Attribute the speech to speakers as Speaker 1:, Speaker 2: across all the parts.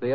Speaker 1: The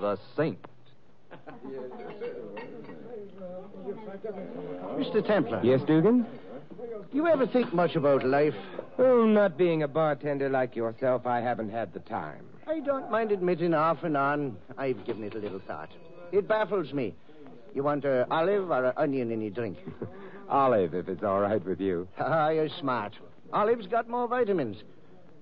Speaker 1: the Saint.
Speaker 2: Mr. Templar.
Speaker 3: Yes, Dugan?
Speaker 2: You ever think much about life?
Speaker 3: Oh, not being a bartender like yourself, I haven't had the time.
Speaker 2: I don't mind admitting off and on. I've given it a little thought. It baffles me. You want an olive or an onion in your drink?
Speaker 3: Olive, if it's all right with you.
Speaker 2: ah, you're smart. Olive's got more vitamins.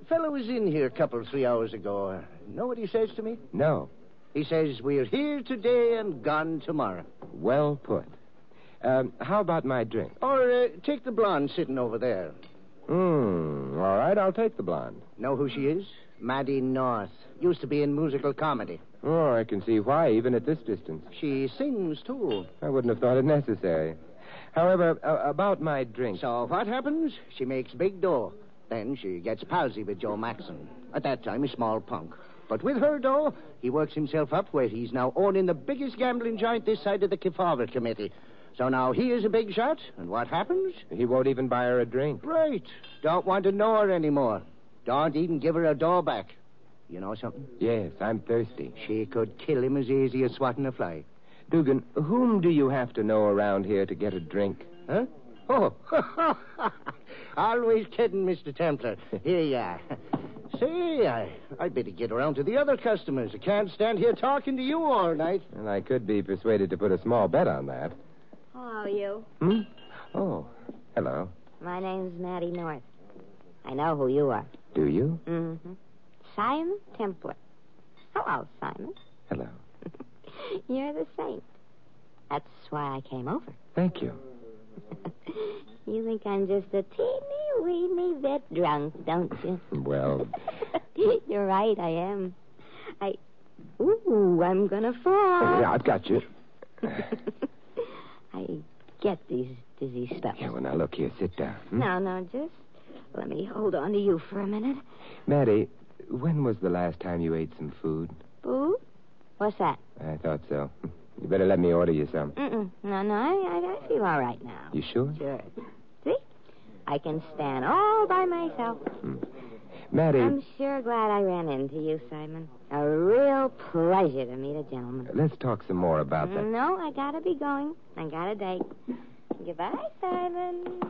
Speaker 2: Fellow was in here a couple, three hours ago. Know what he says to me?
Speaker 3: No.
Speaker 2: He says, We're here today and gone tomorrow.
Speaker 3: Well put. Um, how about my drink?
Speaker 2: Or uh, take the blonde sitting over there.
Speaker 3: Hmm. All right, I'll take the blonde.
Speaker 2: Know who she is? Maddie North. Used to be in musical comedy.
Speaker 3: Oh, I can see why, even at this distance.
Speaker 2: She sings, too.
Speaker 3: I wouldn't have thought it necessary. However, uh, about my drink.
Speaker 2: So what happens? She makes big dough. Then she gets palsy with Joe Maxon. At that time, a small punk. But with her dough, he works himself up where he's now owning the biggest gambling joint this side of the Kefauver Committee. So now he is a big shot, and what happens?
Speaker 3: He won't even buy her a drink.
Speaker 2: Right. Don't want to know her anymore. Don't even give her her dough back. You know something?
Speaker 3: Yes, I'm thirsty.
Speaker 2: She could kill him as easy as swatting a fly.
Speaker 3: Dugan, whom do you have to know around here to get a drink?
Speaker 2: Huh? Oh, always kidding, Mr. Templar. Here you are. Say, I, I'd better get around to the other customers. I can't stand here talking to you all night.
Speaker 3: Well, I could be persuaded to put a small bet on that.
Speaker 4: How are you?
Speaker 3: Hmm? Oh, hello.
Speaker 4: My name's Maddie North. I know who you are.
Speaker 3: Do you?
Speaker 4: Mm-hmm. Simon Templar. Hello, Simon.
Speaker 3: Hello.
Speaker 4: You're the saint. That's why I came over.
Speaker 3: Thank you.
Speaker 4: You think I'm just a teeny weeny bit drunk, don't you?
Speaker 3: Well,
Speaker 4: You're right, I am. I. Ooh, I'm gonna fall.
Speaker 3: yeah, I've got you.
Speaker 4: I get these dizzy spells.
Speaker 3: Yeah, well, now look here, sit down. hmm?
Speaker 4: No, no, just let me hold on to you for a minute.
Speaker 3: Maddie, when was the last time you ate some food?
Speaker 4: Boo? What's that?
Speaker 3: I thought so. You better let me order you some.
Speaker 4: Mm-mm. No, no, I, I, I feel all right now.
Speaker 3: You sure?
Speaker 4: Sure. See? I can stand all by myself.
Speaker 3: Hmm. Maddie,
Speaker 4: I'm sure glad I ran into you, Simon. A real pleasure to meet a gentleman.
Speaker 3: let's talk some more about that.
Speaker 4: No, I gotta be going. I got a date. Goodbye, Simon.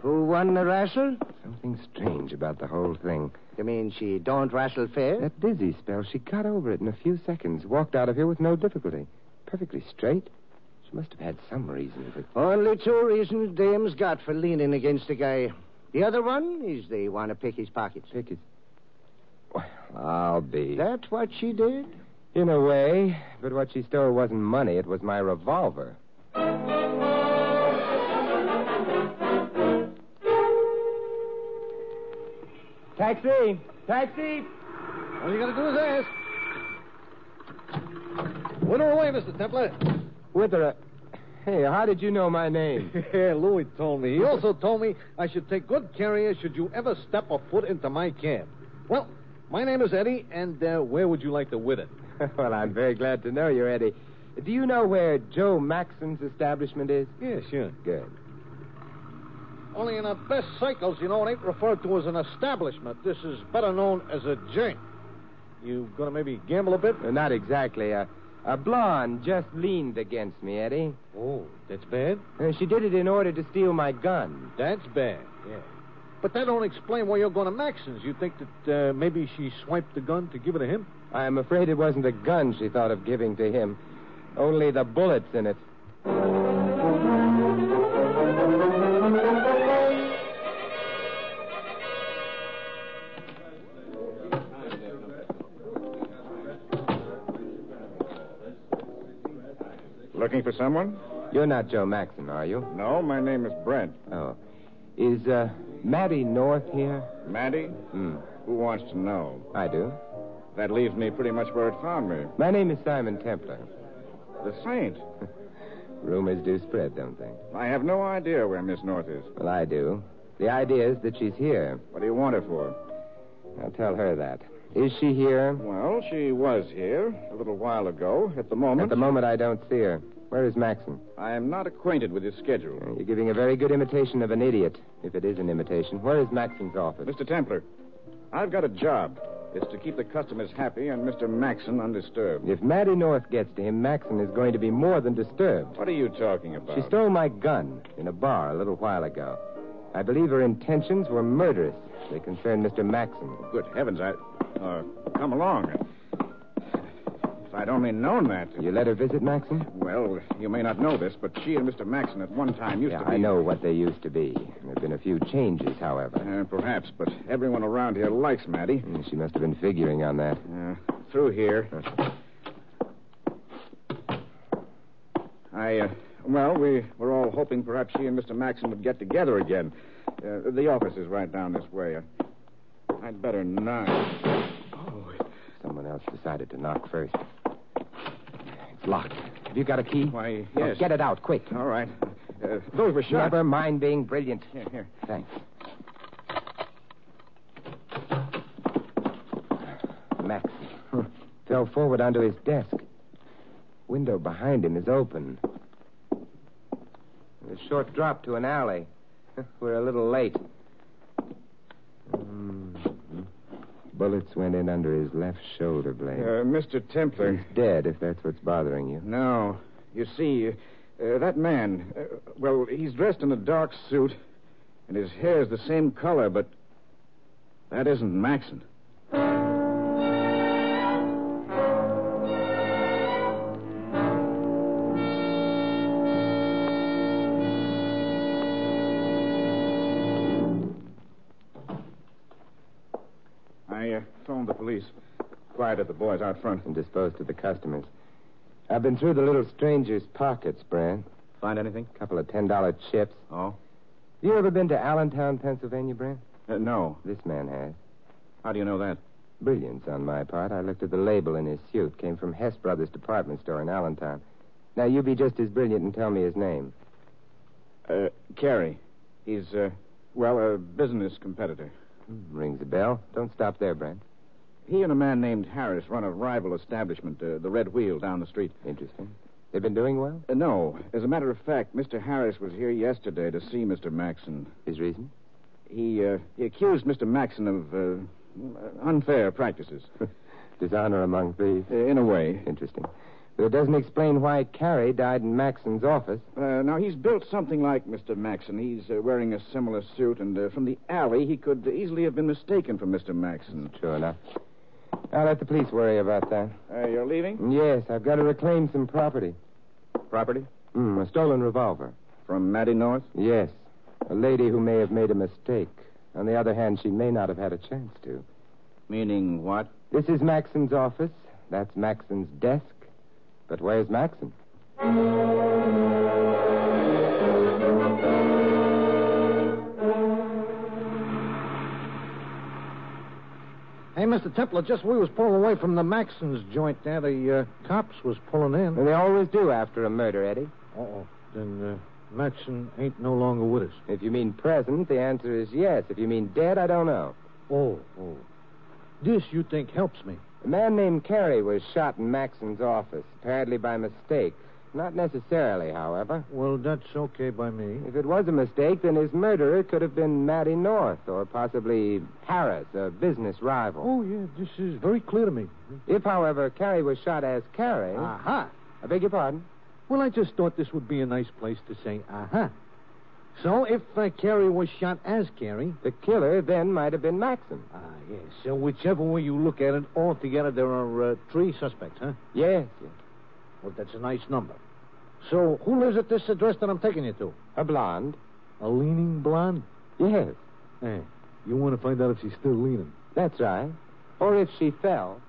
Speaker 2: Who won the wrestle?
Speaker 3: Something strange about the whole thing.
Speaker 2: You mean she don't wrestle fair?
Speaker 3: That dizzy spell, she got over it in a few seconds, walked out of here with no difficulty. Perfectly straight. She must have had some reason for.
Speaker 2: Only two reasons Dame's got for leaning against the guy. The other one is they want to pick his pockets.
Speaker 3: Pick it. Well, I'll be.
Speaker 2: That what she did?
Speaker 3: In a way, but what she stole wasn't money, it was my revolver. Taxi! Taxi!
Speaker 1: All you got to do is ask. Winner away, Mr. Templar.
Speaker 3: Wither. uh, Hey, how did you know my name?
Speaker 1: Louis told me. He also told me I should take good care of you should you ever step a foot into my camp. Well, my name is Eddie, and uh, where would you like to win it?
Speaker 3: well, I'm very glad to know you, Eddie. Do you know where Joe Maxon's establishment is?
Speaker 1: Yeah, sure.
Speaker 3: Good.
Speaker 5: Only in the best cycles, you know, it ain't referred to as an establishment. This is better known as a joint. You gonna maybe gamble a bit?
Speaker 3: Uh, Not exactly. A, a blonde just leaned against me, Eddie.
Speaker 5: Oh, that's bad.
Speaker 3: Uh, she did it in order to steal my gun.
Speaker 5: That's bad, yeah. But that don't explain why you're going to Maxon's. You think that uh, maybe she swiped the gun to give it to him?
Speaker 3: I'm afraid it wasn't a gun she thought of giving to him, only the bullets in it.
Speaker 6: Looking for someone?
Speaker 3: You're not Joe Maxon, are you?
Speaker 6: No, my name is Brent.
Speaker 3: Oh. Is uh, Maddie North here?
Speaker 6: Maddie?
Speaker 3: Hmm.
Speaker 6: Who wants to know?
Speaker 3: I do.
Speaker 6: That leaves me pretty much where it found me.
Speaker 3: My name is Simon Templar.
Speaker 6: The Saint.
Speaker 3: Rumors do spread, don't they?
Speaker 6: I have no idea where Miss North is.
Speaker 3: Well, I do. The idea is that she's here.
Speaker 6: What do you want her for?
Speaker 3: I'll tell her that. Is she here?
Speaker 6: Well, she was here a little while ago. At the moment,
Speaker 3: At the moment, I don't see her. Where is Maxon?
Speaker 6: I am not acquainted with his schedule.
Speaker 3: You're giving a very good imitation of an idiot, if it is an imitation. Where is Maxon's office?
Speaker 6: Mr. Templar, I've got a job. It's to keep the customers happy and Mr. Maxon undisturbed.
Speaker 3: If Maddie North gets to him, Maxon is going to be more than disturbed.
Speaker 6: What are you talking about?
Speaker 3: She stole my gun in a bar a little while ago. I believe her intentions were murderous. They concern Mr. Maxon.
Speaker 6: Good heavens, I. Uh, come along. If I'd only known that.
Speaker 3: You let her visit Maxon?
Speaker 6: Well, you may not know this, but she and Mr. Maxon at one time used
Speaker 3: Yeah,
Speaker 6: to be.
Speaker 3: I know what they used to be. There have been a few changes, however.
Speaker 6: Uh, perhaps, but everyone around here likes Maddie.
Speaker 3: Mm, She must have been figuring on that.
Speaker 6: Uh, through here. I, uh, well, we were all hoping perhaps she and Mr. Maxon would get together again. Uh, the office is right down this way. Uh, I'd better not. Oh,
Speaker 3: Someone else decided to knock first. It's locked. Have you got a key?
Speaker 6: why,
Speaker 3: Oh,
Speaker 6: yes.
Speaker 3: get it out, quick.
Speaker 6: All right. Uh, those were shot.
Speaker 3: Never mind being brilliant.
Speaker 6: Here, here.
Speaker 3: Thanks. Max fell forward onto his desk. Window behind him is open. A short drop to an alley. We're a little late. Mm. Bullets went in under his left shoulder blade.
Speaker 6: Uh, Mr. Templer.
Speaker 3: He's dead, if that's what's bothering you.
Speaker 6: No. You see, uh, that man, uh, well, he's dressed in a dark suit, and his hair's the same color, but that isn't Maxon. I uh, phoned the police. Quiet at the boys out front.
Speaker 3: And disposed to the customers. I've been through the little stranger's pockets, Brand.
Speaker 6: Find anything?
Speaker 3: Couple of ten dollar chips.
Speaker 6: Oh?
Speaker 3: You ever been to Allentown, Pennsylvania, Brent?
Speaker 6: Uh, no.
Speaker 3: This man has.
Speaker 6: How do you know that?
Speaker 3: Brilliance on my part. I looked at the label in his suit. Came from Hess Brothers department store in Allentown. Now you be just as brilliant and tell me his name.
Speaker 6: Uh, Carey. He's, uh, well, a business competitor.
Speaker 3: Hmm, Rings a bell. Don't stop there, Brent.
Speaker 6: He and a man named Harris run a rival establishment, uh, the Red Wheel, down the street.
Speaker 3: Interesting. They've been doing well?
Speaker 6: Uh, no, as a matter of fact, Mr. Harris was here yesterday to see Mr. Maxon.
Speaker 3: His reason?
Speaker 6: He, uh, he accused Mr. Maxon of uh, unfair practices.
Speaker 3: Dishonor among thieves.
Speaker 6: Uh, in a way.
Speaker 3: Interesting. But it doesn't explain why Carrie died in Maxon's office.
Speaker 6: Uh, now, he's built something like Mr. Maxon. He's uh, wearing a similar suit, and uh, from the alley, he could easily have been mistaken for Mr. Maxon.
Speaker 3: Sure enough. I'll let the police worry about that.
Speaker 6: Uh, you're leaving?
Speaker 3: Yes, I've got to reclaim some property.
Speaker 6: Property?
Speaker 3: Mm, a stolen revolver.
Speaker 6: From Maddie North?
Speaker 3: Yes. A lady who may have made a mistake. On the other hand, she may not have had a chance to.
Speaker 6: Meaning what?
Speaker 3: This is Maxon's office. That's Maxon's desk. But where's Maxon?
Speaker 5: Hey, Mr. Templar, just we was pulling away from the Maxon's joint there, the uh, cops was pulling in.
Speaker 3: Well, they always do after a murder, Eddie.
Speaker 5: Uh-oh. Then uh, Maxon ain't no longer with us.
Speaker 3: If you mean present, the answer is yes. If you mean dead, I don't know.
Speaker 5: Oh, oh. This you think helps me.
Speaker 3: A man named Carey was shot in Maxon's office, apparently by mistake. Not necessarily, however.
Speaker 5: Well, that's okay by me.
Speaker 3: If it was a mistake, then his murderer could have been Matty North or possibly Harris, a business rival.
Speaker 5: Oh, yeah, this is very clear to me.
Speaker 3: If, however, Carrie was shot as Carrie.
Speaker 5: Aha.
Speaker 3: I beg your pardon.
Speaker 5: Uh-huh. Well, I just thought this would be a nice place to say, aha. So if uh, Carrie was shot as Carrie,
Speaker 3: The killer then might have been Maxim.
Speaker 5: ah, yes. So whichever way you look at it, altogether there are uh, three suspects, huh?
Speaker 3: Yes, yes.
Speaker 5: Well, that's a nice number. So who lives at this address that I'm taking you to?
Speaker 3: A blonde.
Speaker 5: A leaning blonde?
Speaker 3: Yes,
Speaker 5: Hey, you want to find out if she's still leaning.
Speaker 3: that's right. Or if she fell.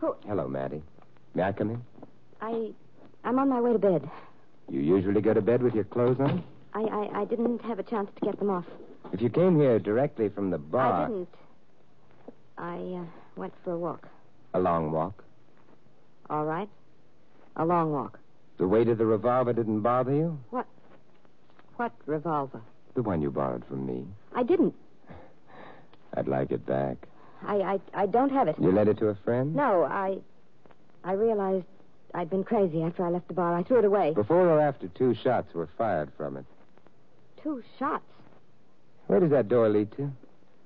Speaker 4: Who-
Speaker 3: Hello, Maddie. May I come in?
Speaker 4: I, I'm on my way to bed.
Speaker 3: You usually go to bed with your clothes on?
Speaker 4: I, I, I didn't have a chance to get them off.
Speaker 3: If you came here directly from the bar,
Speaker 4: I didn't. I uh, went for a walk.
Speaker 3: a long walk,
Speaker 4: All right. A long walk.
Speaker 3: the weight of the revolver didn't bother you?
Speaker 4: What revolver?
Speaker 3: The one you borrowed from me.
Speaker 4: I didn't.
Speaker 3: I'd like it back.
Speaker 4: I, I, I don't have it.
Speaker 3: You lent it to a friend?
Speaker 4: No, I, I realized I'd been crazy after I left the bar. I threw it away.
Speaker 3: Before or after two shots were fired from it.
Speaker 4: Two shots.
Speaker 3: Where does that door lead to?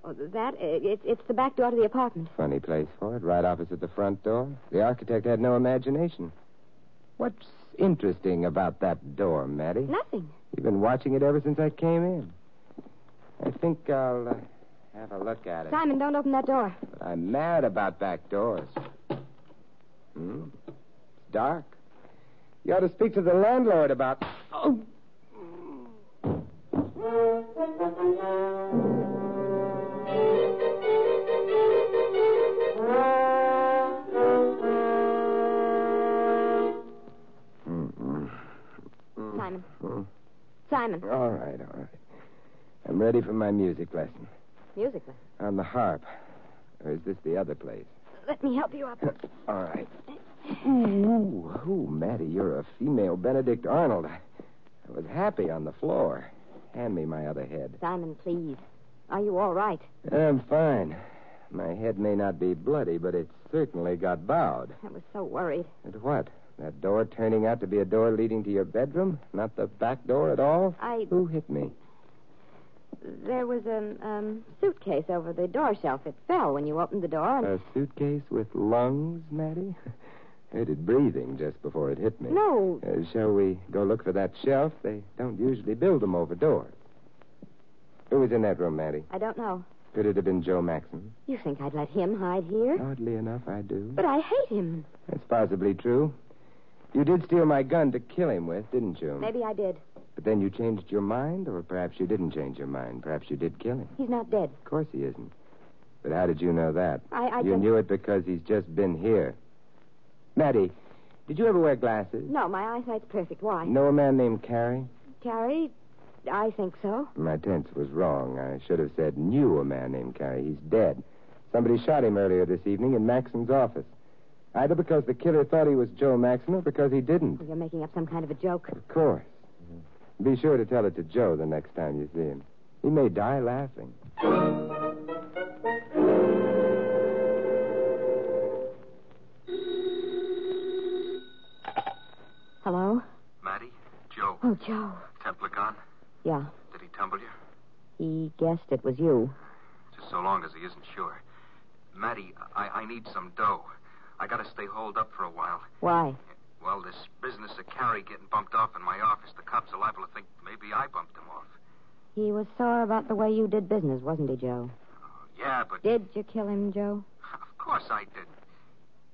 Speaker 4: Oh, that it, it's the back door to the apartment.
Speaker 3: Funny place for it, right opposite the front door. The architect had no imagination. What's interesting about that door, Maddie?
Speaker 4: Nothing.
Speaker 3: You've been watching it ever since I came in. I think I'll uh, have a look at it.
Speaker 4: Simon, don't open that door.
Speaker 3: But I'm mad about back doors. Hmm? It's dark. You ought to speak to the landlord about. Mm-hmm. Oh! Mm-mm.
Speaker 4: Simon.
Speaker 3: Hmm.
Speaker 4: Simon.
Speaker 3: All right, all right. I'm ready for my music lesson.
Speaker 4: Music.
Speaker 3: On the harp. Or is this the other place?
Speaker 4: Let me help you up.
Speaker 3: All right. Ooh, ooh, Mattie, you're a female Benedict Arnold. I I was happy on the floor. Hand me my other head.
Speaker 4: Simon, please. Are you all right?
Speaker 3: I'm fine. My head may not be bloody, but it certainly got bowed.
Speaker 4: I was so worried.
Speaker 3: And what? That door turning out to be a door leading to your bedroom? Not the back door at all?
Speaker 4: I
Speaker 3: Who hit me?
Speaker 4: there was a um, suitcase over the door shelf. It fell when you opened the door. And...
Speaker 3: A suitcase with lungs, Mattie? Heard it breathing just before it hit me.
Speaker 4: No,
Speaker 3: Uh, shall we go look for that shelf? They don't usually build them over doors. Who was in that room, Maddie?
Speaker 4: I don't know.
Speaker 3: Could it have been Joe Maxim?
Speaker 4: You think I'd let him hide here?
Speaker 3: Oddly enough, I do.
Speaker 4: But I hate him.
Speaker 3: That's possibly true. You did steal my gun to kill him with, didn't you?
Speaker 4: Maybe I did.
Speaker 3: But then you changed your mind, or perhaps you didn't change your mind. Perhaps you did kill him.
Speaker 4: He's not dead.
Speaker 3: Of course he isn't. But how did you know that?
Speaker 4: I, I
Speaker 3: you
Speaker 4: just...
Speaker 3: knew it because he's just been here. Maddie, did you ever wear glasses?
Speaker 4: No, my eyesight's perfect. Why?
Speaker 3: Know a man named Carrie?
Speaker 4: Carrie, I think so.
Speaker 3: My tense was wrong. I should have said knew a man named Carey. He's dead. Somebody shot him earlier this evening in Maxim's office. Either because the killer thought he was Joe Maxim or because he didn't.
Speaker 4: Oh, You're making up some kind of a joke.
Speaker 3: Of course. Be sure to tell it to Joe the next time you see him. He may die laughing.
Speaker 4: Hello?
Speaker 7: Maddie? Joe?
Speaker 4: Oh, Joe.
Speaker 7: Templar gone?
Speaker 4: Yeah,
Speaker 7: Did he tumble you?
Speaker 4: he guessed it was you.
Speaker 7: Just so long as he isn't sure. Maddie, I, I need some dough. I gotta stay holed up for a while.
Speaker 4: Why?
Speaker 7: Well, this business of Carrie getting bumped off in my office, the cops are liable to think maybe I bumped him off.
Speaker 4: He was sore about the way you did business, wasn't he, Joe?
Speaker 7: Yeah, but
Speaker 4: Did you kill him, Joe?
Speaker 7: of course I did.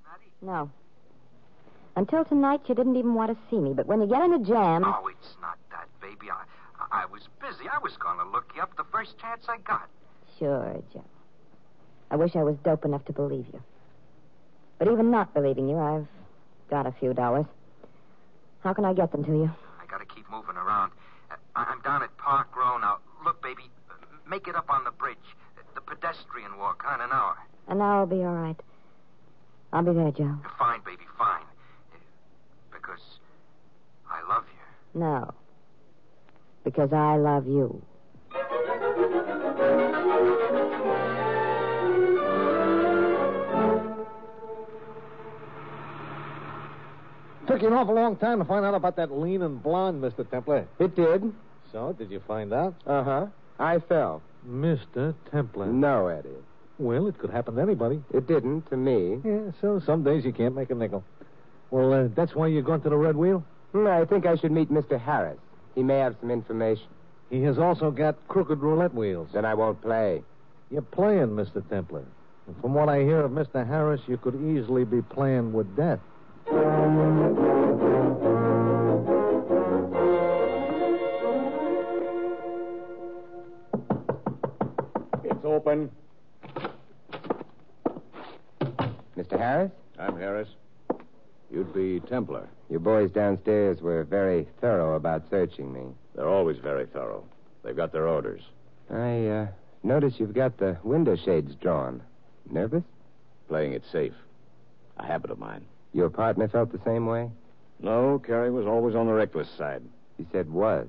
Speaker 7: Maddie?
Speaker 4: No. Until tonight, you didn't even want to see me, but when you get in a jam.
Speaker 7: Oh, it's not that, baby. I, I I was busy. I was gonna look you up the first chance I got.
Speaker 4: Sure, Joe. I wish I was dope enough to believe you. But even not believing you, I've got a few dollars. How can I get them to you?
Speaker 7: I gotta keep moving around. Uh, I- I'm down at Park Row now. Look, baby, uh, make it up on the bridge, Uh, the pedestrian walk, on an hour.
Speaker 4: An hour'll be all right. I'll be there, Joe.
Speaker 7: Fine, baby, fine. Because I love you.
Speaker 4: No. Because I love you.
Speaker 5: Took you an awful long time to find out about that lean and blonde, Mr. Templar.
Speaker 3: It did.
Speaker 5: So, did you find out?
Speaker 3: Uh huh. I fell.
Speaker 5: Mr. Templar.
Speaker 3: No, Eddie.
Speaker 5: Mm. Well, it could happen to anybody.
Speaker 3: It didn't to me.
Speaker 5: Yeah, so some days you can't make a nickel. Well, uh, that's why you're going to the Red Wheel?
Speaker 3: Hmm, I think I should meet Mr. Harris. He may have some information.
Speaker 5: He has also got crooked roulette wheels.
Speaker 3: Then I won't play.
Speaker 5: You're playing, Mr. Templar. And from what I hear of Mr. Harris, you could easily be playing with death.
Speaker 6: It's open.
Speaker 3: Mr. Harris?
Speaker 6: I'm Harris. You'd be Templar.
Speaker 3: Your boys downstairs were very thorough about searching me.
Speaker 6: They're always very thorough. They've got their orders.
Speaker 3: I uh, notice you've got the window shades drawn. Nervous?
Speaker 6: Playing it safe. A habit of mine.
Speaker 3: Your partner felt the same way?
Speaker 6: No, Carrie was always on the reckless side.
Speaker 3: He said was.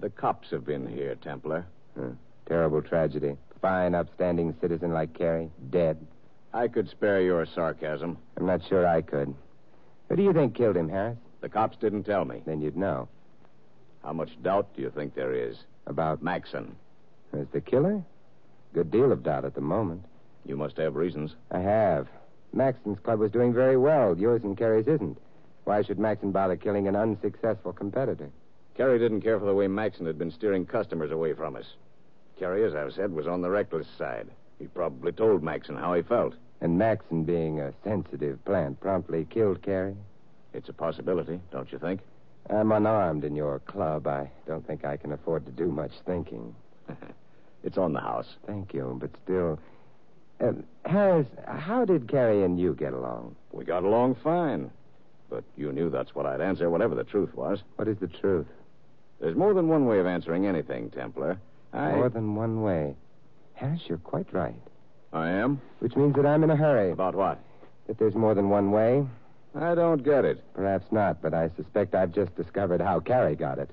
Speaker 6: The cops have been here, Templar.
Speaker 3: Terrible tragedy. Fine, upstanding citizen like Carrie, dead.
Speaker 6: I could spare your sarcasm.
Speaker 3: I'm not sure I could. Who do you think killed him, Harris?
Speaker 6: The cops didn't tell me.
Speaker 3: Then you'd know.
Speaker 6: How much doubt do you think there is?
Speaker 3: About
Speaker 6: Maxon.
Speaker 3: as the killer? Good deal of doubt at the moment.
Speaker 6: You must have reasons.
Speaker 3: I have. Maxon's club was doing very well. Yours and Carrie's isn't. Why should Maxon bother killing an unsuccessful competitor?
Speaker 6: Kerry didn't care for the way Maxon had been steering customers away from us. Kerry, as I've said, was on the reckless side. He probably told Maxon how he felt.
Speaker 3: And Maxon, being a sensitive plant, promptly killed Carrie.
Speaker 6: It's a possibility, don't you think?
Speaker 3: I'm unarmed in your club. I don't think I can afford to do much thinking.
Speaker 6: It's on the house.
Speaker 3: Thank you, but still. Uh, Harris, how did Carrie and you get along?
Speaker 6: We got along fine. But you knew that's what I'd answer, whatever the truth was.
Speaker 3: What is the truth?
Speaker 6: There's more than one way of answering anything, Templar. I.
Speaker 3: More than one way. Harris, you're quite right.
Speaker 6: I am?
Speaker 3: Which means that I'm in a hurry.
Speaker 6: About what?
Speaker 3: That there's more than one way?
Speaker 6: I don't get it.
Speaker 3: Perhaps not, but I suspect I've just discovered how Carrie got it.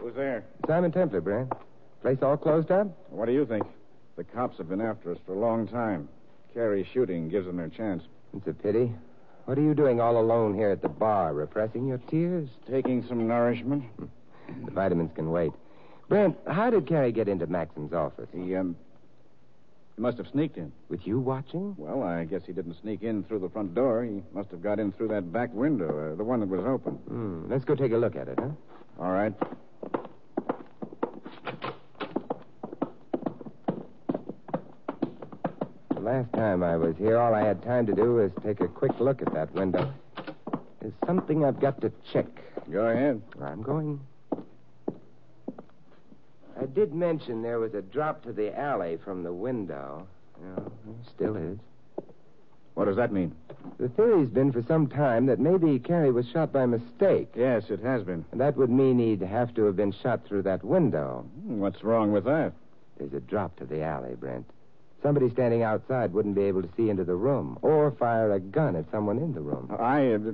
Speaker 6: Who's there?
Speaker 3: Simon Templar, Brent. Place all closed up?
Speaker 6: What do you think? The cops have been after us for a long time. Carrie shooting gives them their chance.
Speaker 3: It's a pity. What are you doing all alone here at the bar, repressing your tears?
Speaker 6: Taking some nourishment?
Speaker 3: The vitamins can wait. Brent, how did Carrie get into Maxim's office?
Speaker 6: He, um. He must have sneaked in.
Speaker 3: With you watching?
Speaker 6: Well, I guess he didn't sneak in through the front door. He must have got in through that back window, uh, the one that was open.
Speaker 3: Hmm. Let's go take a look at it, huh?
Speaker 6: All right.
Speaker 3: The last time I was here, all I had time to do was take a quick look at that window. There's something I've got to check.
Speaker 6: Go ahead.
Speaker 3: I'm going. I did mention there was a drop to the alley from the window. Yeah, there still is.
Speaker 6: What does that mean?
Speaker 3: The theory's been for some time that maybe Carrie was shot by mistake.
Speaker 6: Yes, it has been.
Speaker 3: And that would mean he'd have to have been shot through that window.
Speaker 6: Hmm, What's wrong with that?
Speaker 3: There's a drop to the alley, Brent. Somebody standing outside wouldn't be able to see into the room or fire a gun at someone in the room.
Speaker 1: Oh,
Speaker 6: I. Uh,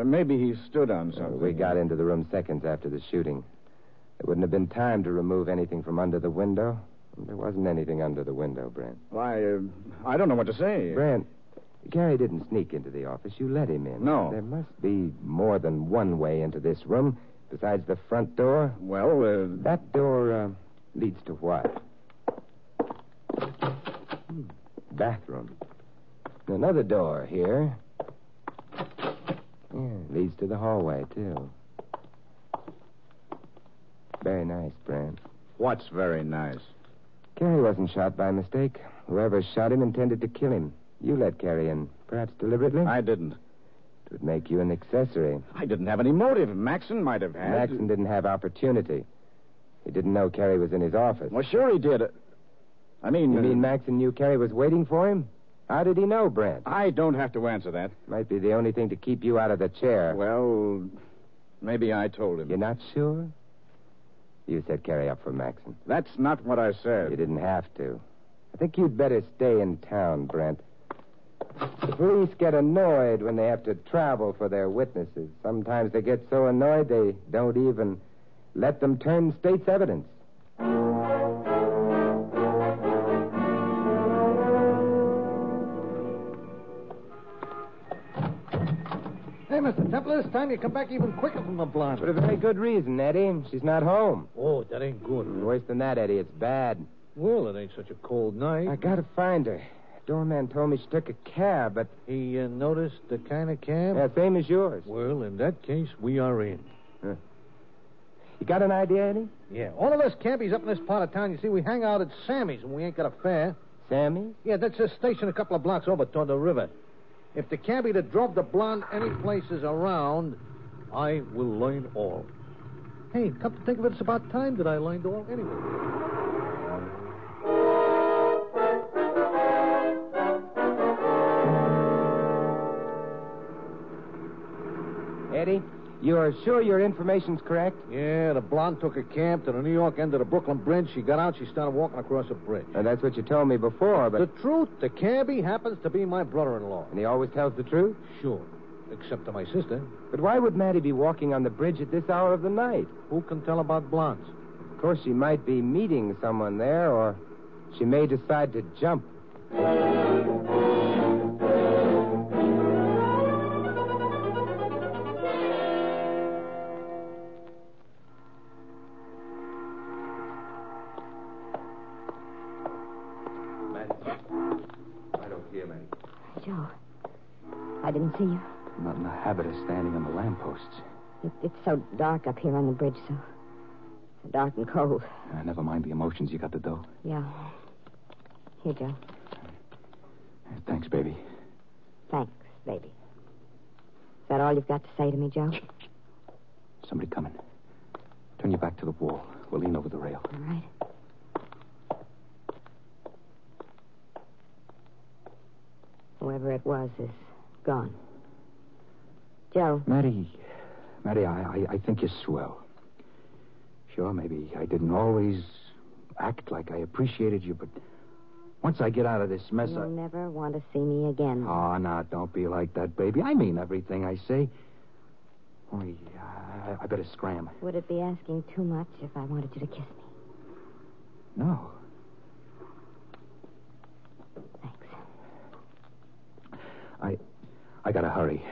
Speaker 6: uh, maybe he stood on
Speaker 3: Uh,
Speaker 6: something.
Speaker 3: we got into the room seconds after the shooting. There wouldn't have been time to remove anything from under the window. There wasn't anything under the window, Brent.
Speaker 6: Why, uh, I don't know what to say.
Speaker 3: Brent, Gary didn't sneak into the office. You let him in.
Speaker 6: No.
Speaker 3: There must be more than one way into this room besides the front door.
Speaker 6: Well, uh,
Speaker 3: That door uh, leads to what? Hmm, Bathroom. Another door here. Yeah, leads to the hallway, too. Very nice, Brent.
Speaker 6: what's very nice?
Speaker 3: Carrie wasn't shot by mistake. Whoever shot him intended to kill him. You let Carrie in, perhaps deliberately.
Speaker 6: I didn't.
Speaker 3: It would make you an accessory.
Speaker 6: I didn't have any motive. Maxon might have had.
Speaker 3: Maxon didn't have opportunity. He didn't know Carrie was in his office.
Speaker 6: Well, sure he did. I mean,
Speaker 3: You
Speaker 6: uh,
Speaker 3: mean Maxon knew Carrie was waiting for him? How did he know, Brent?
Speaker 6: I don't have to answer that.
Speaker 3: Might be the only thing to keep you out of the chair.
Speaker 6: Well, maybe I told him.
Speaker 3: You're not sure? You said carry up for Maxon.
Speaker 6: That's not what I said.
Speaker 3: You didn't have to. I think you'd better stay in town, Brent. The police get annoyed when they have to travel for their witnesses. Sometimes they get so annoyed they don't even let them turn state's evidence.
Speaker 5: Hey, Mr. Templar, this time you come back even quicker from the blonde.
Speaker 3: For a very good reason, Eddie. She's not home.
Speaker 5: Oh, that ain't good.
Speaker 3: Worse than that, Eddie. It's bad.
Speaker 5: Well, it ain't such a cold night.
Speaker 3: I gotta find her. Doorman told me she took a cab, but
Speaker 5: He uh, noticed the kind of cab?
Speaker 3: yeah, same as yours.
Speaker 5: Well, in that case, we are in.
Speaker 3: You got an idea, Eddie?
Speaker 5: Yeah, all of us campies up in this part of town, you see, we hang out at Sammy's when we ain't got a fare.
Speaker 3: Sammy?
Speaker 5: Yeah, that's a station a couple of blocks over toward the river. If the cabbie that drove the blonde any place is around, I will learn all. Hey, come to think of it, it's about time that I learned all anyway.
Speaker 3: Eddie, you're sure your information's correct?
Speaker 5: Yeah, the blonde took a cab to the New York end of the Brooklyn Bridge. She got out, she started walking across a bridge.
Speaker 3: Uh, that's what you told me before, but.
Speaker 5: The truth, the cabbie happens to be my brother in law.
Speaker 3: And he always tells the truth?
Speaker 5: Sure. Except to my sister.
Speaker 3: But why would Maddie be walking on the bridge at this hour of the night?
Speaker 5: Who can tell about blondes?
Speaker 3: Of course, she might be meeting someone there, or she may decide to jump.
Speaker 6: I don't hear many.
Speaker 4: Joe, I didn't see you.
Speaker 6: I'm not in the habit of standing on the lampposts.
Speaker 4: It, it's so dark up here on the bridge, so. so dark and cold.
Speaker 6: Uh, never mind the emotions you got to do.
Speaker 4: Yeah. Here, Joe.
Speaker 6: Thanks, baby.
Speaker 4: Thanks, baby. Is that all you've got to say to me, Joe?
Speaker 6: Somebody coming. Turn your back to the wall. We'll lean over the rail.
Speaker 4: All right. Whoever it was is gone. Joe,
Speaker 6: Maddie, Maddie, I, I, I think you're swell. Sure, maybe I didn't always act like I appreciated you, but once I get out of this mess,
Speaker 4: you'll never want to see me again.
Speaker 6: I.
Speaker 3: Ah.
Speaker 6: Oh, no, don't be like that, baby. I mean everything I say. Only, uh, I better scram.
Speaker 4: Would it be asking too much if I wanted you to kiss me?
Speaker 6: No.
Speaker 4: Thanks.
Speaker 6: I I gotta hurry.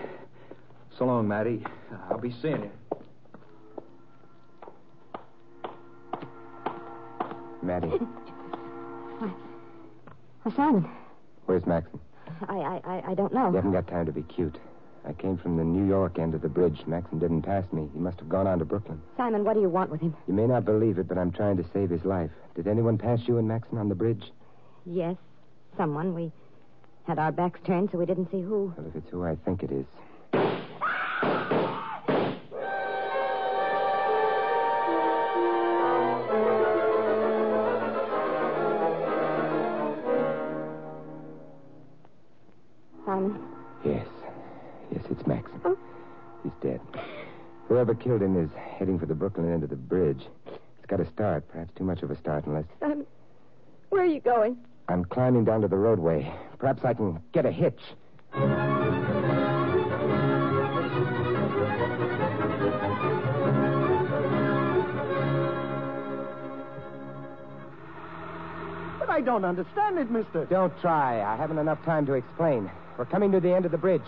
Speaker 6: So long, Maddie. I'll be seeing you.
Speaker 3: Maddie,
Speaker 4: Oh, Simon,
Speaker 3: where's Maxon?
Speaker 4: I, I, I, I don't know.
Speaker 3: You haven't got time to be cute. I came from the New York end of the bridge. Maxon didn't pass me. He must have gone on to Brooklyn.
Speaker 4: Simon, what do you want with him?
Speaker 3: You may not believe it, but I'm trying to save his life. Did anyone pass you and Maxon on the bridge?
Speaker 4: Yes, someone. We had our backs turned, so we didn't see who.
Speaker 3: Well, if it's who I think it is.
Speaker 4: Simon,
Speaker 3: Yes. Yes, it's Maxon.
Speaker 4: Oh.
Speaker 3: He's dead. Whoever killed him is heading for the Brooklyn end of the bridge. It's got a start, perhaps too much of a start, unless
Speaker 4: Simon, Um, where are you going?
Speaker 3: I'm climbing down to the roadway. Perhaps I can get a hitch.
Speaker 2: But I don't understand it, mister.
Speaker 3: Don't try. I haven't enough time to explain. We're coming to the end of the bridge.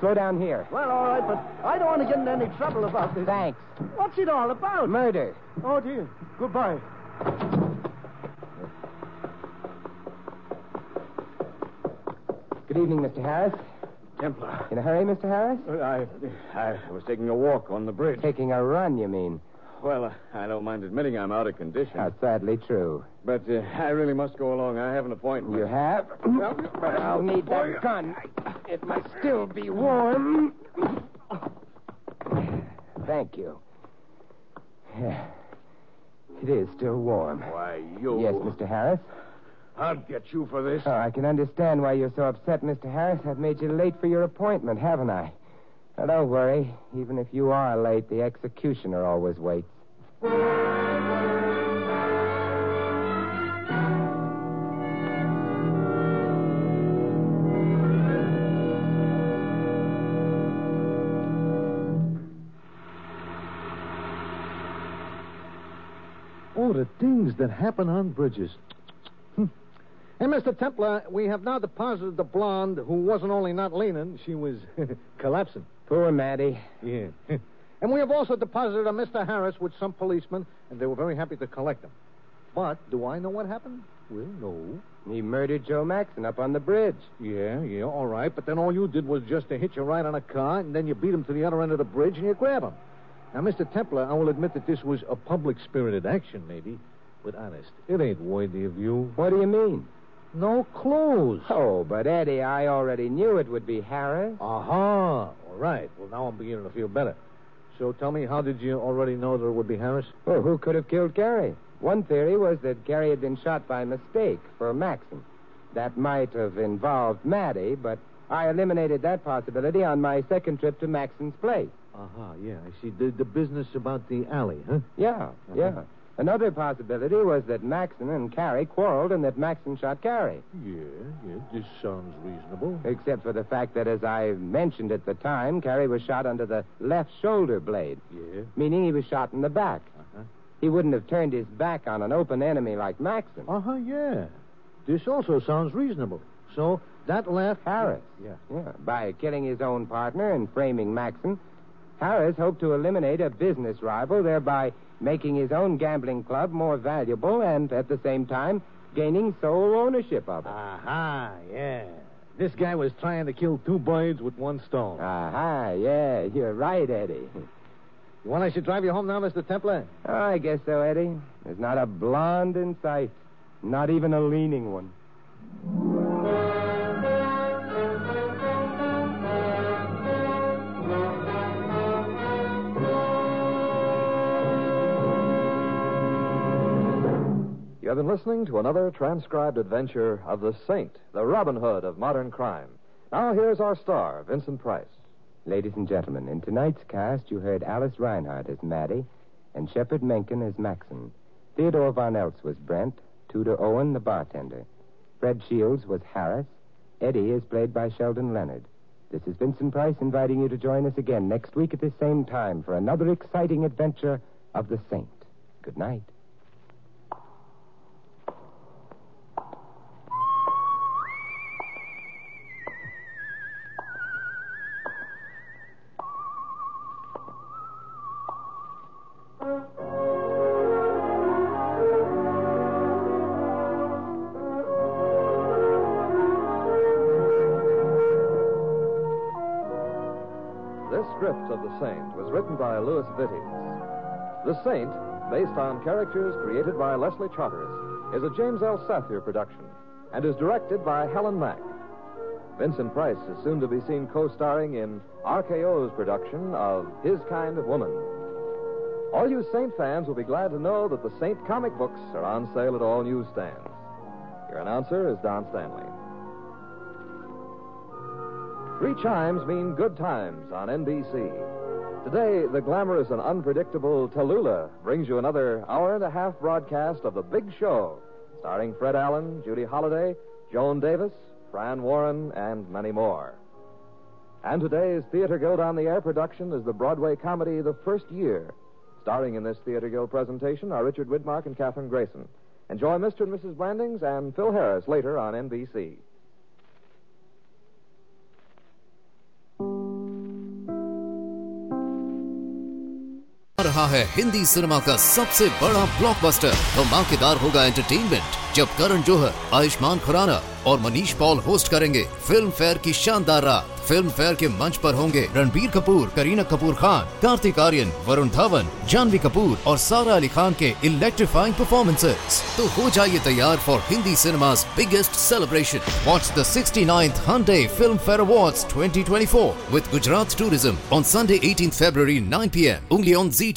Speaker 3: Slow down here.
Speaker 2: Well, all right, but I don't want to get into any trouble about this.
Speaker 3: Thanks.
Speaker 2: What's it all about?
Speaker 3: Murder.
Speaker 2: Oh, dear. Goodbye.
Speaker 3: Good evening, Mr. Harris.
Speaker 6: Templar.
Speaker 3: In a hurry, Mr. Harris?
Speaker 2: Uh,
Speaker 6: I, I was taking a walk on the bridge.
Speaker 3: Taking a run, you mean?
Speaker 6: Well, uh, I don't mind admitting I'm out of condition.
Speaker 3: How sadly true.
Speaker 6: But uh, I really must go along. I have an appointment.
Speaker 3: You have? I'll need that gun. It must still be warm. Thank you. Yeah. It is still warm.
Speaker 6: Why, you.
Speaker 3: Yes, Mr. Harris.
Speaker 6: I'll get you for this.
Speaker 3: Oh, I can understand why you're so upset, Mr. Harris. I've made you late for your appointment, haven't I? Now, don't worry. Even if you are late, the executioner always waits.
Speaker 5: Oh, the things that happen on bridges. Hmm. hey, Mr. Templar, we have now deposited the blonde who wasn't only not leaning, she was collapsing.
Speaker 3: Poor Maddie.
Speaker 5: Yeah. and we have also deposited a Mr. Harris with some policemen, and they were very happy to collect him. But do I know what happened? Well, no.
Speaker 3: He murdered Joe Maxon up on the bridge.
Speaker 5: Yeah, yeah, all right. But then all you did was just to hitch a ride on a car, and then you beat him to the other end of the bridge, and you grab him. Now, Mr. Templar, I will admit that this was a public spirited action, maybe. But honest, it ain't worthy of you.
Speaker 3: What do you mean?
Speaker 5: No clues.
Speaker 3: Oh, but Eddie, I already knew it would be Harris.
Speaker 5: Aha. All right. Well, now I'm beginning to feel better. So tell me, how did you already know that it would be Harris?
Speaker 3: Well, who could have killed Gary? One theory was that Gary had been shot by mistake for Maxon. That might have involved Maddie, but I eliminated that possibility on my second trip to Maxon's place.
Speaker 5: Aha, Uh-huh, yeah, I see. The, the business about the alley, huh?
Speaker 3: Yeah, yeah. Another possibility was that Maxon and Carrie quarreled and that Maxon shot Carrie.
Speaker 5: Yeah, yeah, this sounds reasonable.
Speaker 3: Except for the fact that, as I mentioned at the time, Carrie was shot under the left shoulder blade,
Speaker 5: Yeah.
Speaker 3: meaning he was shot in the back.
Speaker 5: Uh-huh.
Speaker 3: He wouldn't have turned his back on an open enemy like Maxon.
Speaker 5: Uh-huh, yeah. This also sounds reasonable. So that left...
Speaker 3: Harris.
Speaker 5: Yeah.
Speaker 3: Yeah, by killing his own partner and framing Maxon, Harris hoped to eliminate a business rival, thereby making his own gambling club more valuable and, at the same time, gaining sole ownership of it.
Speaker 5: Ah. Aha, Uh-huh, yeah. This guy was trying to kill two birds with one stone.
Speaker 3: Aha, yeah, you're right, Eddie. Oh,
Speaker 5: you want I should drive you home now, Mr. Templar?
Speaker 3: I guess so, Eddie. There's not a blonde in sight, not even a leaning one.
Speaker 1: You have been listening to another transcribed adventure of the saint, the Robin Hood of modern crime. Now here's our star, Vincent Price.
Speaker 3: Ladies and gentlemen, in tonight's cast, you heard Alice Reinhardt as Maddie and Shepard Menken as Maxon. Theodore Von Eltz was Brent, Tudor Owen, the bartender. Fred Shields was Harris. Eddie is played by Sheldon Leonard. This is Vincent Price inviting you to join us again next week at this same time for another exciting adventure of the Saint. Good night.
Speaker 1: This script of The Saint was written by Louis Vittes. The Saint, based on characters created by Leslie Charteris, is a James L. Sathir production and is directed by Helen Mack. Vincent Price is soon to be seen co starring in RKO's production of His Kind of Woman. All you Saint fans will be glad to know that the Saint comic books are on sale at all newsstands. Your announcer is Don Stanley. Three chimes mean good times on NBC. Today, the glamorous and unpredictable Tallulah brings you another hour and a half broadcast of The Big Show, starring Fred Allen, Judy Holliday, Joan Davis, Fran Warren, and many more. And today's Theater Guild on the Air production is the Broadway comedy The First Year. Starring in this Theater Guild presentation are Richard Widmark and Katherine Grayson. Enjoy Mr. and Mrs. Blandings and Phil Harris later on NBC.
Speaker 8: आ रहा है Hindi cinema का सबसे बड़ा blockbuster धमाकेदार होगा entertainment जब करण जोहर आयुष्मान खुराना और मनीष पॉल होस्ट करेंगे फिल्म फेयर की शानदार रात फिल्म फेयर के मंच पर होंगे रणबीर कपूर करीना कपूर खान कार्तिक आर्यन वरुण धवन जानवी कपूर और सारा अली खान के इलेक्ट्रीफाइंग परफॉर्मेंसेस तो हो जाइए तैयार for Hindi cinema's biggest celebration. Watch the 69th Hyundai Film Fair Awards 2024 with Gujarat Tourism on Sunday 18th February 9 p.m. only on ZT.